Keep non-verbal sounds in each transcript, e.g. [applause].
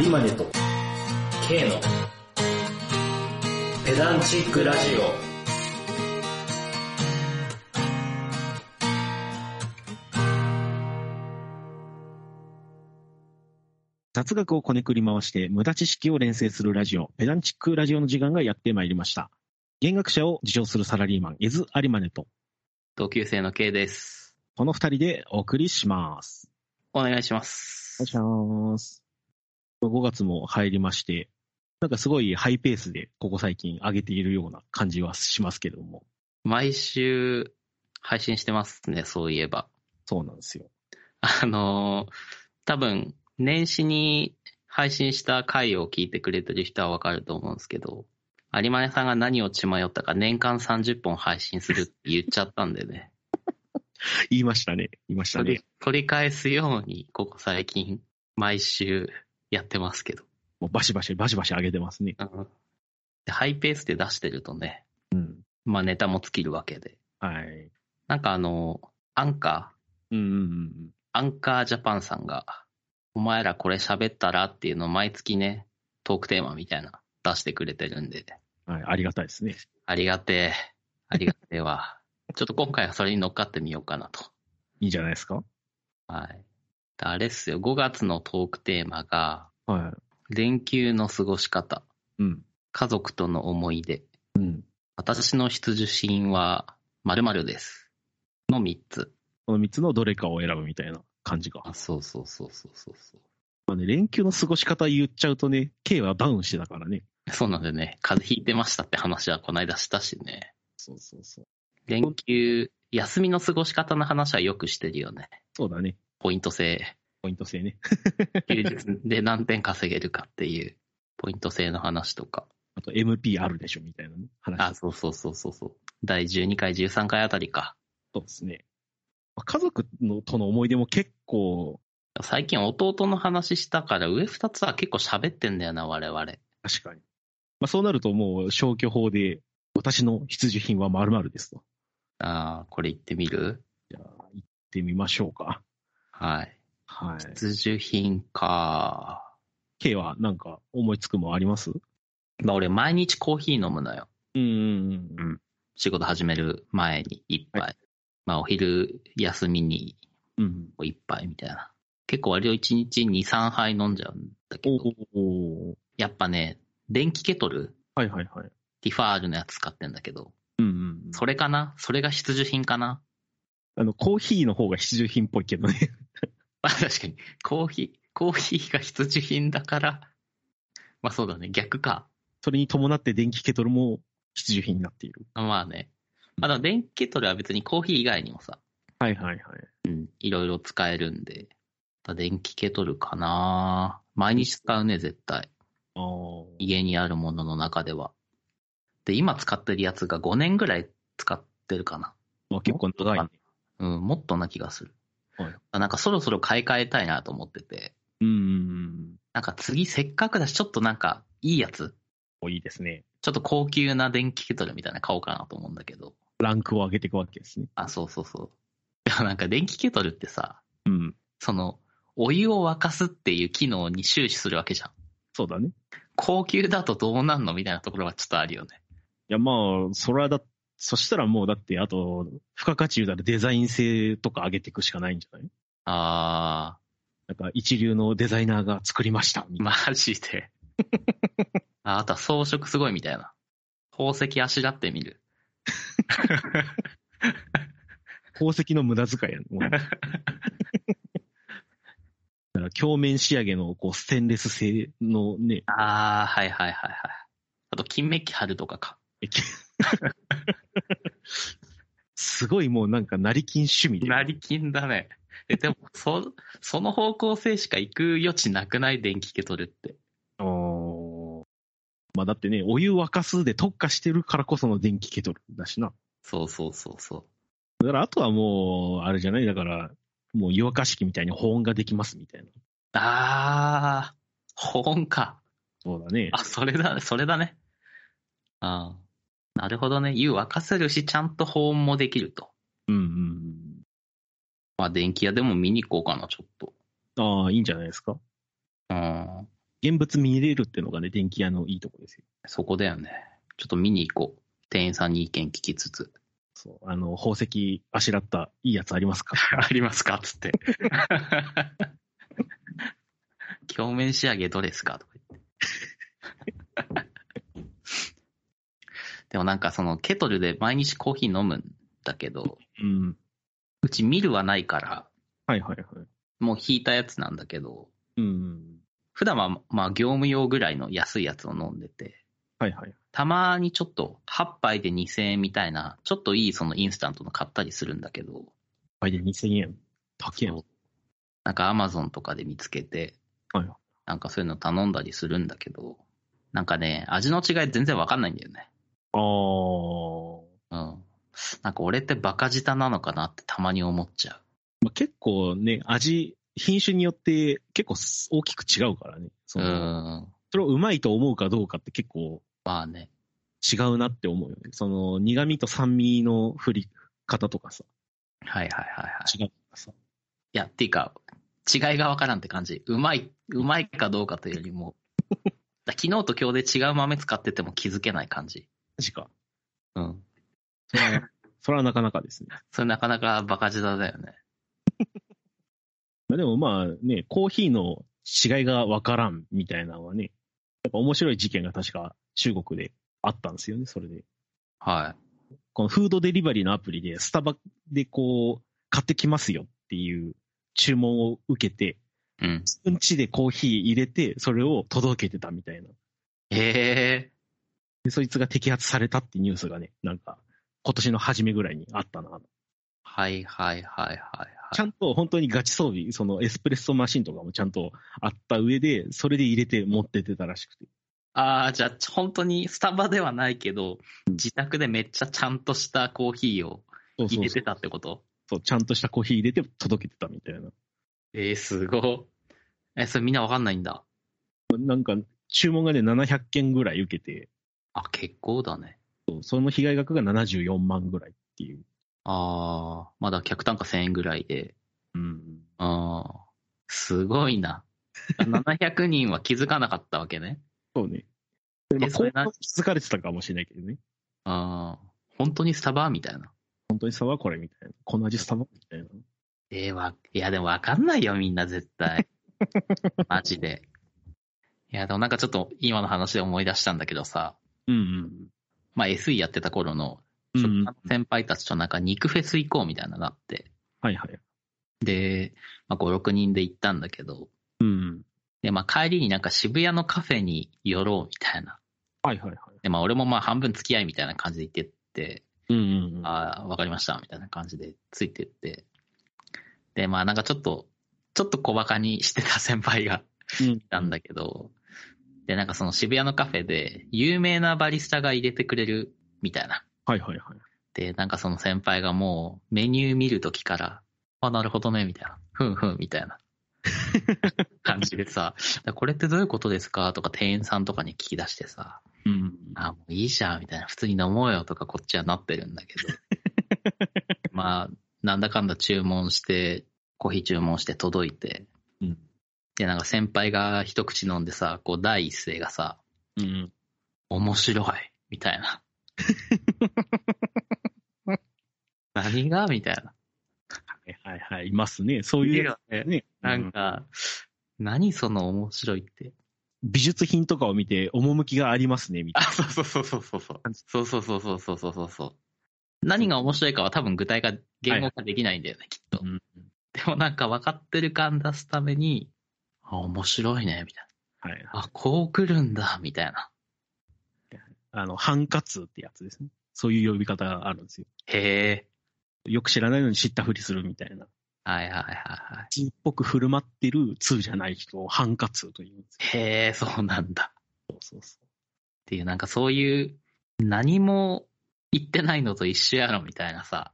有馬ネと K のペダンチックラジ雑学をこねくり回して無駄知識を連成するラジオ、ペダンチックラジオの時間がやってまいりました。弦楽者を自称するサラリーマン、伊豆有馬ネと、同級生の K です。この二人でお送りします。お願いします。願いします。5月も入りまして、なんかすごいハイペースでここ最近上げているような感じはしますけども、毎週配信してますね、そういえば。そうなんですよ。あのー、多分、年始に配信した回を聞いてくれてる人はわかると思うんですけど、有馬根さんが何を血迷ったか年間30本配信するって言っちゃったんでね。言いましたね。言いました取ねり。取り返すように、ここ最近、毎週やってますけど。もうバシバシ、バシバシ上げてますね。うんでハイペースで出してるとね、うん。まあネタも尽きるわけで。はい。なんかあの、アンカー、うんうんうんアンカージャパンさんが、お前らこれ喋ったらっていうのを毎月ね、トークテーマみたいな出してくれてるんで、うん。はい。ありがたいですね。ありがてえ、ありがてえわ。ちょっと今回はそれに乗っかってみようかなと。いいんじゃないですかはい。であれっすよ、5月のトークテーマが、は連休の過ごし方、い。うん。家族との思い出、うん。私の必需品は〇〇です。の3つ。この3つのどれかを選ぶみたいな感じか。あ、そうそうそうそうそうそう。まあね、連休の過ごし方言っちゃうとね、K はダウンしてたからね。そうなんでね、風邪ひいてましたって話はこの間したしね。そうそうそう。連休、休みの過ごし方の話はよくしてるよね。そうだね。ポイント制。ポイント制ね。休日で何点稼げるかっていう、ポイント制の話とか。あと MP あるでしょみたいなね。あ、話。そうそうそうそうそう。第12回、13回あたりか。そうですね。まあ家族のとの思い出も結構、最近弟の話したから、上2つは結構喋ってんだよな、我々。確かに。まあそうなるともう消去法で、私の必需品は〇〇ですと。ああ、これ言ってみるじゃあ、行ってみましょうか。はい。はい。必需品か。 K はなんか思いつくもんありますまあ俺、毎日コーヒー飲むのよ。うんうんうん。仕事始める前に一杯。まあお昼休みにうん。一杯みたいな。結構割と一日に3杯飲んじゃうんだけおど、おやっぱね、電気ケトル、はいはいはい。ティファールのやつ使ってんだけど、うんうんうん。それかなそれが必需品かな [laughs] あの、コーヒーの方が必需品っぽいけどね。 [laughs] まあ確かに、コーヒー、コーヒーが必需品だから、まあそうだね、逆か。それに伴って電気ケトルも必需品になっている。まあね。まあだから電気ケトルは別にコーヒー以外にもさ、はいはいはい。いろいろ使えるんで、だから電気ケトルかな毎日使うね、絶対。あー家にあるものの中では。で、今使ってるやつが5年ぐらい使ってるかな。まあ、結構長いね。うん、もっとな気がする。はいあなんかそろそろ買い替えたいなと思ってて、うんうんなんか次せっかくだし、ちょっとなんかいいやつ、うん。いいですね。ちょっと高級な電気ケトルみたいなの買おうかなと思うんだけど。ランクを上げていくわけですね。あ、そうそうそう。 [laughs] でもなんか電気ケトルってさ、うん。その、お湯を沸かすっていう機能に終始するわけじゃん。そうだね。い高級だとどうなんのみたいなところはちょっとあるよね。や、まあ、それはだ、そしたらもうだって、あと、付加価値言うたらデザイン性とか上げていくしかないんじゃないあなんか一流のデザイナーが作りました。みー、 [laughs] たいなマジ [laughs] で。ああとは装飾すごいみたいな。宝石あしらってみる。宝石の無駄遣いやね。もう [laughs] だから鏡面仕上げのこうステンレス製のね、ああ、はいはいはいはい。あと、金メッキ貼るとかか。すごいもうなんか成金趣味で。成り金だね。えでも、そ、 [laughs] その方向性しか行く余地なくない電気ケトルって。あーまあだってね、お湯沸かすで特化してるからこその電気ケトルだしな。そうそうそうそう。だからあとはもう、あれじゃない、だから、もう湯沸かし器みたいに保温ができますみたいな。ああ、保温か。そうだね。あ、それだね、それだね。ああ。なるほどね。湯沸かせるし、ちゃんと保温もできると。うんうんまあ、電気屋でも見に行こうかな、ちょっと。うん。ああ、いいんじゃないですか。うん。現物見れるっていうのがね、電気屋のいいとこですよ。そこだよね。ちょっと見に行こう。店員さんに意見聞きつつ。そう、あの、宝石あしらったいいやつありますかありますかつって。鏡面仕上げどれですかとか言って。でもなんかそのケトルで毎日コーヒー飲むんだけど、うん。うちミルはないから、はいはいはい。もう引いたやつなんだけど、うん。普段はまあ業務用ぐらいの安いやつを飲んでて、はいはい。たまにちょっと8杯で2000円みたいな、ちょっといいそのインスタントの買ったりするんだけど、あれで2000円。高えの。なんかアマゾンとかで見つけて、はいなんかそういうの頼んだりするんだけど、なんかね、味の違い全然わかんないんだよね。あー。うん。なんか俺ってバカ舌なのかなってたまに思っちゃ。まあ、結構ね、味、品種によって結構大きく違うからね。そううのん。それをうまいと思うかどうかって結構まあね。違うなって思うよね。その苦味と酸味の振り方とかさ、はいはいはいはい。違うからさ。いや、っていうか、違いがわからんって感じ。うまい、うまいかどうかというよりも、 [laughs] だ昨日と今日で違う豆使ってても気づけない感じ。確か。うん。それは、 [laughs] それはなかなかですね。それなかなかバカ舌だよね。まあでもまあね、コーヒーの違いがわからんみたいなのはね、やっぱ面白い事件が確か中国であったんですよね、それで。はこのフードデリバリーのアプリで、スタバでこう、買ってきますよっていう注文を受けて、い。うん。自分家でコーヒー入れて、それを届けてたみたいな。へえ。で、そいつが摘発されたってニュースがね、なんか、今年の初めぐらいにあったな。はいはいはいはいはい。ちゃんと本当にガチ装備、そのエスプレッソマシンとかもちゃんとあった上で、それで入れて持ってってたらしくて。ああ、じゃあ、本当にスタバではないけど、自宅でめっちゃちゃんとしたコーヒーをそうそ入うれそてうたってことそうちゃんとしたコーヒー入れて届けてたみたいな。えー、すごい。え、それみんなわかんないんだ。なんか、注文がね、700件ぐらい受けて、あ、結構だね。その被害額が74万ぐらいっていう。ああ、まだ客単価1000円ぐらいで。うん。ああ、すごいな。700人は気づかなかったわけね。そうね。でまあ、えそこれうな気づかれてたかもしれないけどね。ああ、本当にスタバみたいな。本当に差はこれみたいな。この味差はみたいな。えー、わ、いやでもわかんないよ、みんな絶 [laughs] 対。マジで。いや、でもなんかちょっと今の話で思い出したんだけどさ、うんまあ SE やってた頃のうん。うん、先輩たちとなんか肉フェス行こうみたいなのがあって、はいはい。で、まあ、5、6人で行ったんだけど、うん。で、まあ帰りになんか渋谷のカフェに寄ろうみたいな。はいはいはい。で、まあ俺もまあ半分付き合いみたいな感じで行ってって、うんうんうん。ああ、わかりましたみたいな感じでついてって、で、まあなんかちょっと、ちょっと小馬鹿にしてた先輩がうんいたんだけど、で、なんかその渋谷のカフェで有名なバリスタが入れてくれるみたいな。はいはいはい。で、なんかその先輩がもうメニュー見るときから、あ、なるほどね、みたいな。ふんふん、みたい [laughs] な感じでさ、これってどういうことですかとか店員さんとかに聞き出してさ、うん。あ、もういいじゃん、みたいな。普通に飲もうよとかこっちはなってるんだけど。 [laughs] まあ、なんだかんだ注文して、コーヒー注文して届いて、うん。で、なんか先輩が一口飲んでさ、こう第一声がさ、うん。面白いみたいな。何がみたいな。はいはいはい。いますね。そういうやつね。なんか、何その面白いって。うん美術品とかを見て、趣がありますね、みたいあ、そうそうそうそうそうそう。そうそうそうそうそうそうそうそう。何が面白いかは多分具体化、言語化できないんだよね、きっと。な。でもなんか分かってる感出すために、あ、面白いね、みたいはい。な。あ、こう来るんだ、みたいな。あの、ハンカツってやつですね。そういう呼び方があるんですよ。へえ。よく知らないのに知ったふりするみたいな。はいはいはいはい。人っぽく振る舞ってる通じゃない人をハンカツと言うんですよ。へえ、そうなんだ。そうそっていう、なんかそういう、何も言ってないのと一緒やろみたいなさ、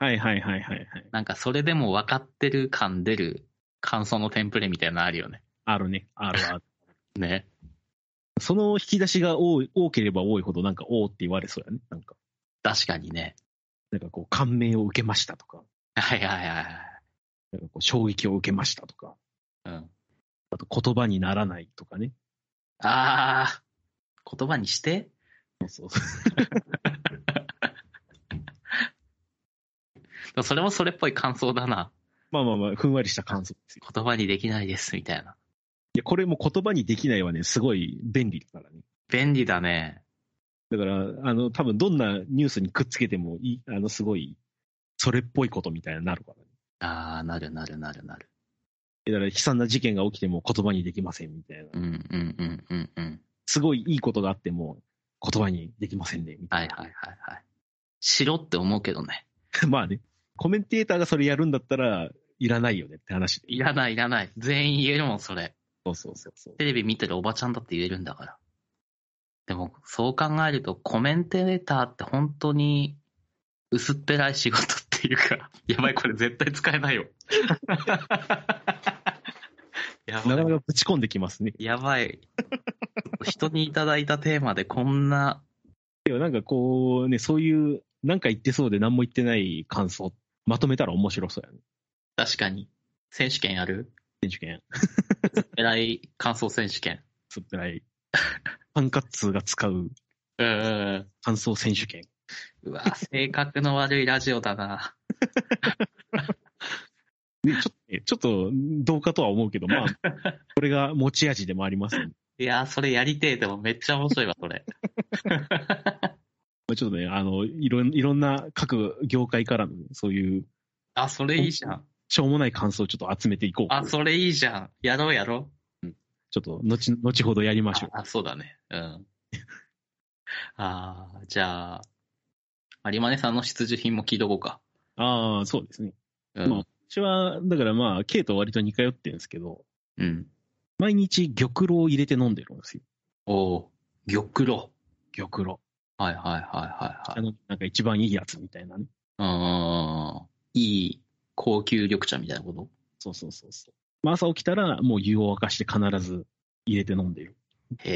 う。はいはいはいはいはい。なんかそれでも分かってる感出る感想のテンプレみたいなのあるよね。あるね。あるあ [laughs] る。ね。その引き出しが多い多ければ多いほど、なんか、おーって言われそうやね。なんか、確かにね。なんかこう、感銘を受けましたとか、はいはいはいはい。なんかこう、衝撃を受けましたとか、うん。あと言葉にならないとかね。あー、言葉にしてそうそう。でもそれもそれっぽい感想だな。まあまあまあ、ふんわりした感想ですよ。言葉にできないです、みたいな。いや、これも言葉にできないはね、すごい便利だからね。便利だね。だから、あの、多分どんなニュースにくっつけてもいい、あの、すごい、それっぽいことみたいになるからね。あー、なるなるなるなる。だから、悲惨な事件が起きても言葉にできませんみたいなう。んうんうんうんうん。すごいいいことがあっても、言葉にできませんね、みたはいいな。はいはいはい。しろって思うけどね。 [laughs] まあね、コメンテーターがそれやるんだったら、いらないよねって話。いらないいらない。全員言えるもん、それ。そうそうそうそう。テレビ見てるおばちゃんだって言えるんだから。でも、そう考えると、コメンテーターって本当に薄っぺらい仕事っていうか、 [laughs] やばい、これ絶対使えないよ。 [laughs] やなば。かないかぶち込んできますね。やばい。人にいただいたテーマでこんな、でもなんかこう、ね、そういう、なんか言ってそうで何も言ってない感想、まとめたら面白そうやね。確かに、選手権やる選 [laughs] 手権、偉い感想選手権。つってない。ファンカッツーが使ううんうんうん。感想選手権。うわ、性格の悪いラジオだな。えちょっと、どうかとは思うけど、まあ、これが持ち味でもありますんいで、やー、それやりてえ。でもめっちゃ面白いわ、 [laughs] それ。まあ、ちょっとね、あの、いろん、いろんな各業界からのね、そういう、あ、それいいじゃん。しょうもない感想をちょっと集めていこう。あ、それいいじゃん。やろうやろちょっと、後、後ほどやりう。ましょあう。あ、そうだね。うん。 [laughs] あーじゃあ、有馬根さんの必需品も聞いとこうか。ああ、そうですね。うまあん。私は、だからまあ、ケイと割と似通ってるんですけど、うん。毎日玉露を入れて飲んでるんですよ。おおー玉露。玉露。はいはいはいはいあはい。の、なんか一番いいやつみたいなね。うーん。いい高級緑茶みたいなことそうそうそうそう。まあ、朝起きたら、もう湯を沸かして必ず入れて飲んでる。へ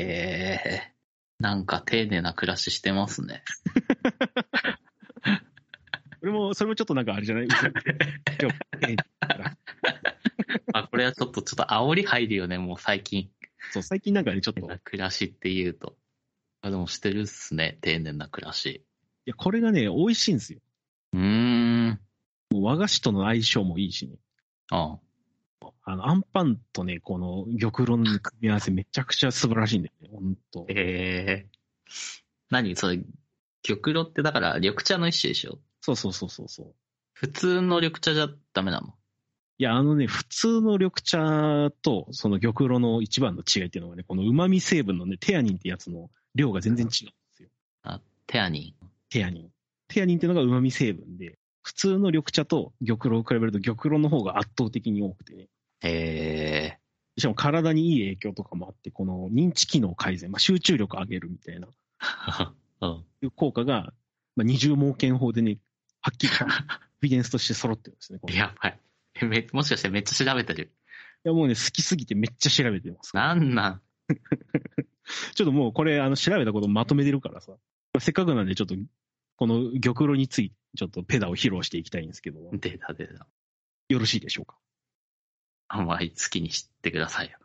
え。なんか丁寧な暮らししてますね。それも、それもちょっとなんかあ [laughs] れじゃない今日あ、これはちょっと、ちょっと煽り入るよね、もう最近。そう、最近なんかね、ちょっと、い暮らしって言うと。あ、でもしてるっすね、丁寧な暮らし。や、これがね、美味しいんですよ。うーん。もう和菓子との相性もいいしね。ああの、アンパンとね、この玉露の組み合わせめちゃくちゃ素晴らしいんだよね、ほんと。ええ何それ、玉露ってだから緑茶の一種でしょそうそうそうそうそう。普通の緑茶じゃダメなのいや、あのね、普通の緑茶と、その玉露の一番の違いっていうのがね、この旨味成分のね、テアニンってやつの量が全然違うんですよ。テアニン。テアニン。テアニンっていうのが旨味成分で、普通の緑茶と玉露を比べると玉露の方が圧倒的に多くてね。ええしかも体にいい影響とかもあって、この認知機能改善、まあ、集中力上げるみたいな、 [laughs] うん。いう効果が、まあ、二重盲検法でね、はっ [laughs] きりとエビデンスとして揃ってるんですね。これいやばい。えめ、もしかしてめっちゃ調べてる。や、もうね、好きすぎてめっちゃ調べてます。なんなんちょっともうこれ、あの、調べたことまとめてるからさ。せっかくなんで、ちょっと、この玉露について、ちょっとペダを披露していきたいんですけど、データデータ。よろしいでしょうか。あんまり好きにしてくださいよ。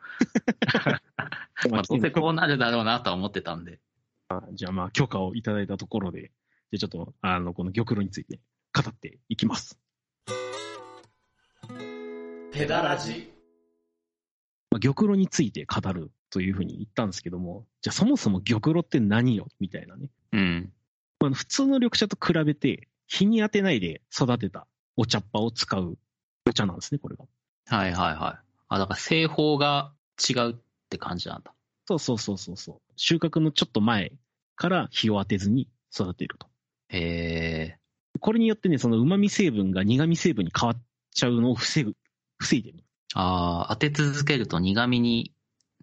[laughs] まあ、どうせこうなるだろうなとは思ってたんで。じゃあまあ、許可をいただいたところで、じゃあちょっと、あの、この玉露について語っていきます。ペダラジ。まあ、玉露について語るというふうに言ったんですけども、じゃあそもそも玉露って何よみたいなね。うん。まあ、普通の緑茶と比べて、日に当てないで育てたお茶っ葉を使うお茶なんですね、これが。はいはいはい。あ、だから製法が違うって感じなんだ。そうそうそうそうそう。収穫のちょっと前から日を当てずに育てると。へえこれによってね、その旨味成分が苦味成分に変わっちゃうのを防ぐ、防いでる。ああ、当て続けると苦味に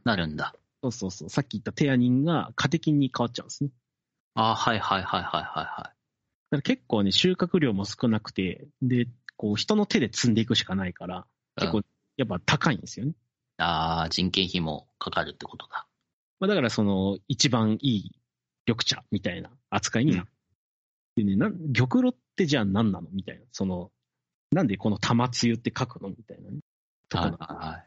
なるんだ。そうそうそう。さっき言ったテアニンがカテキンに変わっちゃうんですね。ああ、はいはいはいはいはいはだから結構ね、収穫量も少なくて、で、こう人の手で積んでいくしかないから、い。結う構んやっぱ高いんですよね。ああ、人件費もかかるってことだ。まあ、だからその一番いい緑茶みたいな扱いになる。でね、なん玉露ってじゃあ何なのみたいな。その、なんでこの玉露って書くのみたいなね。とはかいはいはい。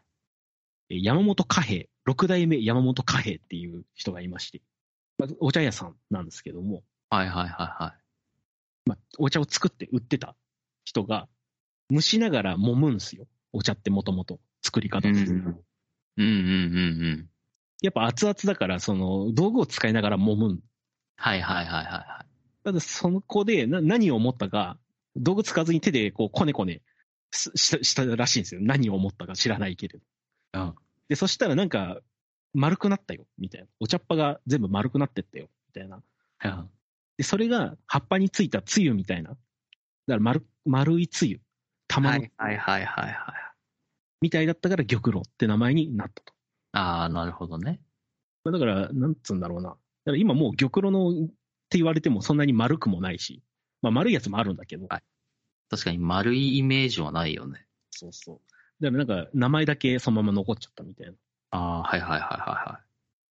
えー山本貨幣、六代目山本貨幣っていう人がいまして、まあお茶屋さんなんですけども、はいはいはいはお茶を作って売ってた人が、蒸しながら揉むんですよ。お茶ってもともと作りい。方うんってういんうのはうんうんうん。やっぱ熱々だから、その、道具を使いながら揉むん。はいはいはいはいはただ、その子でな何を思ったか、道具使わずに手でこう、こねこねすしたしたらしいんですよ。何を思ったか知らないけれど。い。うん。で、そしたらなんか、丸くなったよ、みたいな。お茶っ葉が全部丸くなってったよ、みたいな。うんで、それが葉っぱについたつゆみたいな。だから丸、丸いつゆ。玉はのいはいはいはいはい。みたいだったから玉露って名前になったと。ああ、なるほどね。まあだから、なんつうんだろうな。だから今もう玉露のって言われてもそんなに丸くもないし、まあ丸いやつもあるんだけど、はい確かに丸いイメージはないよね。そうそう。だからなんか名前だけそのまま残っちゃったみたいな。ああ、はいはいはいはいはい。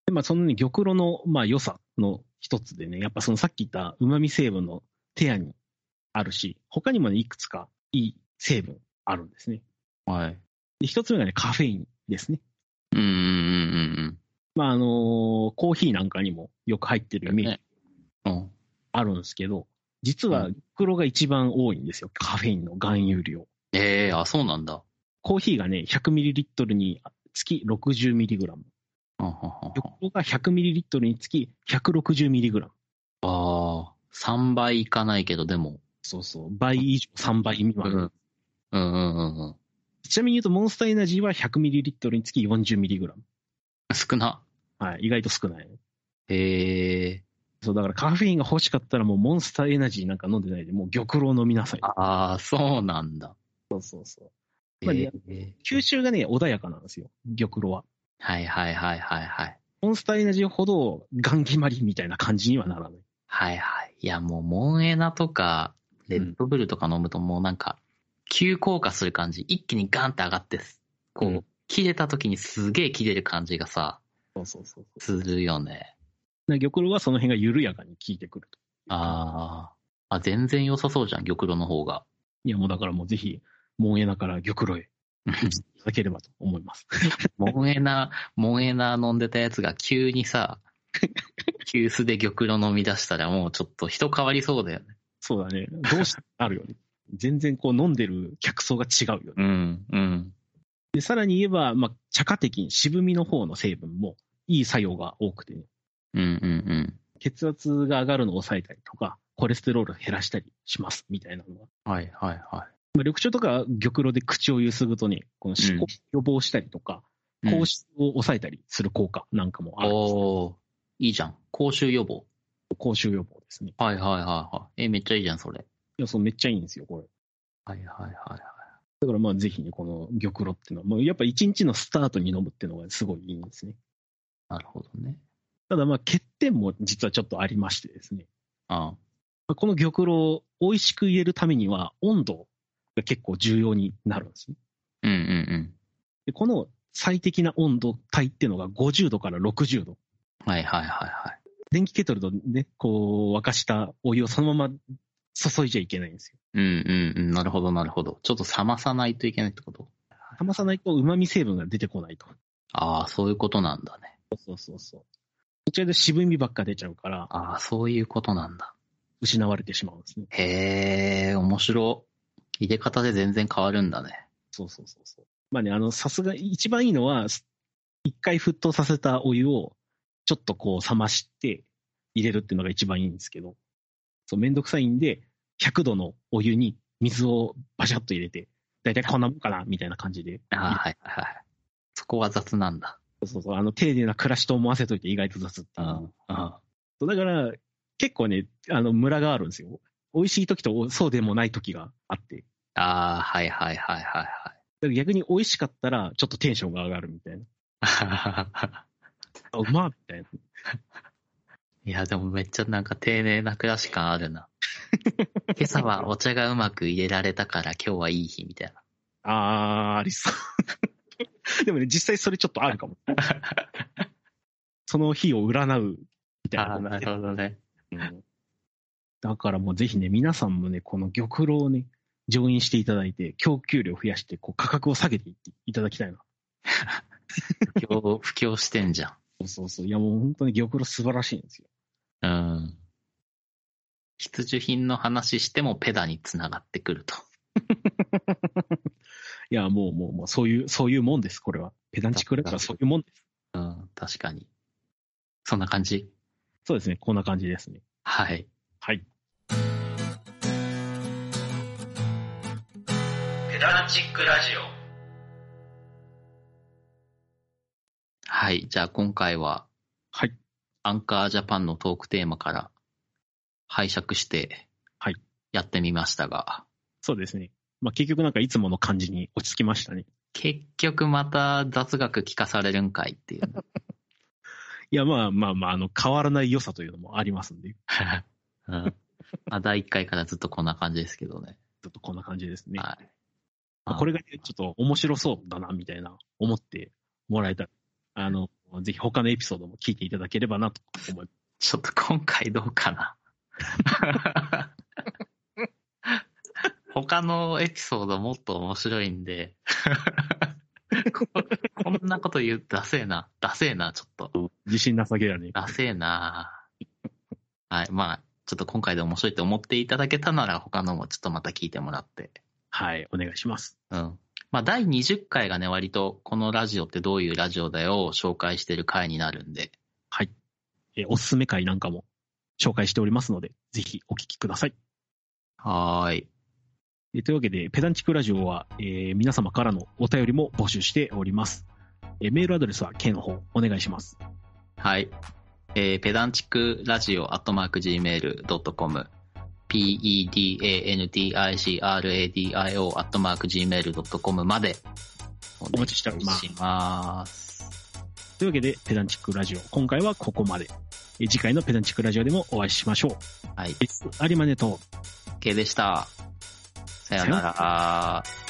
で、まあそのね、玉露のまあ良さの一つでね、やっぱそのさっき言った旨味成分のテアにあるし、他にもね、いくつかいい成分あるんですね。はい。で、一つ目がね、カフェインですね。うんうんうんまああのーコーヒーなんかにもよく入ってるイメージうんうん。あるんですけど、実はう黒が一番多いんですよ、カフェインの含有量。ええあ、そうなんだ。コーヒーがね、100ml につき 60mg。うんうんうんうん黒が 100ml につき 160mg。ああ、3倍いかないけど、でも。そうそう、倍以上、3倍未満。うんうんうんうんうん。ちなみに言うと、モンスターエナジーは 100ml につき 40mg。少な。はい、意外と少ない。ええそう、だからカフェインが欲しかったらもうモンスターエナジーなんか飲んでないで、もう玉露を飲みなさい。ああ、そうなんだ。そうそうそう。えまあえ吸収がね、穏やかなんですよ、玉露は。はいはいはいはいはい。モンスターエナジーほど、ガン決まりみたいな感じにはならない。はいはい。いや、もう、モンエナとか、レッドブルとか飲むと、もうなんか、急降下する感じ、一気にガンって上がってす、こう、うん切れた時にすげえ切れる感じがさ、そうそうそうそう。するよね。な玉露はその辺が緩やかに効いてくると。ああ。あ、全然良さそうじゃん、玉露の方が。 [laughs] いや、もうだからもうぜひ、モンエナから玉露へいただければと思います。モンエナ、モンエナ飲んでたやつが急にさ、 [laughs] 急須で玉露飲み出したらもうちょっと人変わりそうだよね。そうだね。どうしてあるよね。全然こう飲んでる客層が違うよね。うん、うん。で、さらに言えば、まあ、茶化的に渋みの方の成分もいい作用が多くてね、うん、うん、血圧が上がるのを抑えたりとか、コレステロールを減らしたりしますみたいなのが。うん。はい、はい、はまあ、緑茶とか玉露で口をゆすぐとね、この思考を予防したりとか、い。口臭を抑えたりする効果なんかもあるんです。おーいいじゃん。口臭予防。口臭予防ですね。はいはいはいはい。え、めっちゃいいじゃん、それ。いや、そうめっちゃいいんですよ、これ。はいはいはいはい。だからまあぜひね、この玉露っていうのは、もうやっぱ一日のスタートに飲むっていうのがすごいいいんですね。なるほどね。ただまあ欠点も実はちょっとありましてですね。あまあこの玉露を美味しく入れるためには温度が結構重要になるんですね。うんうんでこの最適な温度帯っていうのが50度から60度。うん。はいはいはいはい。電気ケトルでね、こう沸かしたお湯をそのまま注いじゃいけないんですよ。うんうんうん。なるほどなるほど。ちょっと冷まさないといけないってこと冷まさないと旨味成分が出てこないと。ああ、そういうことなんだね。そうそうそう。こちらで渋みばっか出ちゃうからああ、そういうことなんだ。失われてしまうんですね。へえ、面白。入れ方で全然変わるんだね。そうそうそうそう。まあね、あの、さすが、一番いいのは、す一回沸騰させたお湯を、ちょっとこう冷まして入れるっていうのが一番いいんですけど、そう、めんどくさいんで、100度のお湯に水をバシャッと入れて、だいたいこんなもんかな、みたいな感じで。ああ、はいはいはい。そこは雑なんだ。そうそうそう、あの、丁寧な暮らしと思わせといて意外と雑っていう。ああ。そうだから、結構ね、あの、ムラがあるんですよ。美味しい時とおそうでもない時があって。ああ、はいはいはいはいだから逆に美味しかったら、ちょっとテンションが上がるみたいな。はい。 [laughs] あうまっみたいな。いや、でもめっちゃなんか丁寧な暮らし感あるな。今朝はお茶がうまく入れられたから今日はいい日みたいな。あー、ありそう。 [laughs] でもね、実際それちょっとあるかも。その日を占うみたいな。ほどね。うんだからもうぜひね、皆さんもね、この玉露をね、乗員していただいて、供給量を増やして、こう価格を下げていっていただきたいな。不況、不況してんじゃそうそうそう。いやもう本当に玉露素晴らしいんですん。よ。うん。必需品の話してもペダにつながってくると。いやもうもうもうそういう、そういうもんです、これは。ペダンチクラブはそういうもんです。うん、確かに。そんな感じそうですね、こんな感じですね。はい。はい。ペダラチックラジオはい。じゃあ今回は、はい。アンカージャパンのトークテーマから拝借して、はいやってみましたが、そうですね。まあ結局なんかいつもの感じに落ち着きましたね。結局また雑学聞かされるんかいっていう。 [laughs] いやまあまあまあ、あの、変わらない良さというのもありますんで、ちうんまあ、第1回からずっとこんな感じですけどね。ょっとこんな感じですね。はい。まあこれがねちょっと面白そうだな、みたいな思ってもらえたら、あの、ぜひ他のエピソードも聞いていただければなと思います。ちょっと今回どうかな。他のエピソードもっと面白いんでこ、こんなこと言う、ダセえな、ダセえな、ちょっと。自信なさげだね。ダセえな。はい、まあ、ちょっと今回で面白いと思っていただけたなら、他のもちょっとまた聞いてもらって。はい、お願いします。うん。まあ、第20回がね、割と、このラジオってどういうラジオだよを紹介してる回になるんで、えーおすすめ回なんかも紹介しておりますので、ぜひお聞きください。はーい。えーというわけで、ペダンチクラジオは、えー皆様からのお便りも募集しております。えーメールアドレスは K の方、お願いします。はい。えーペダンチックラジオアットマーク Gmail.com pedancicradio アットマーク Gmail.com までお待ちしておりますお願いします。というわけで、ペダンチックラジオ、今回はここまで。えー次回のペダンチックラジオでもお会いしましょう。はい。有馬ネと OK でした。さよなさよら。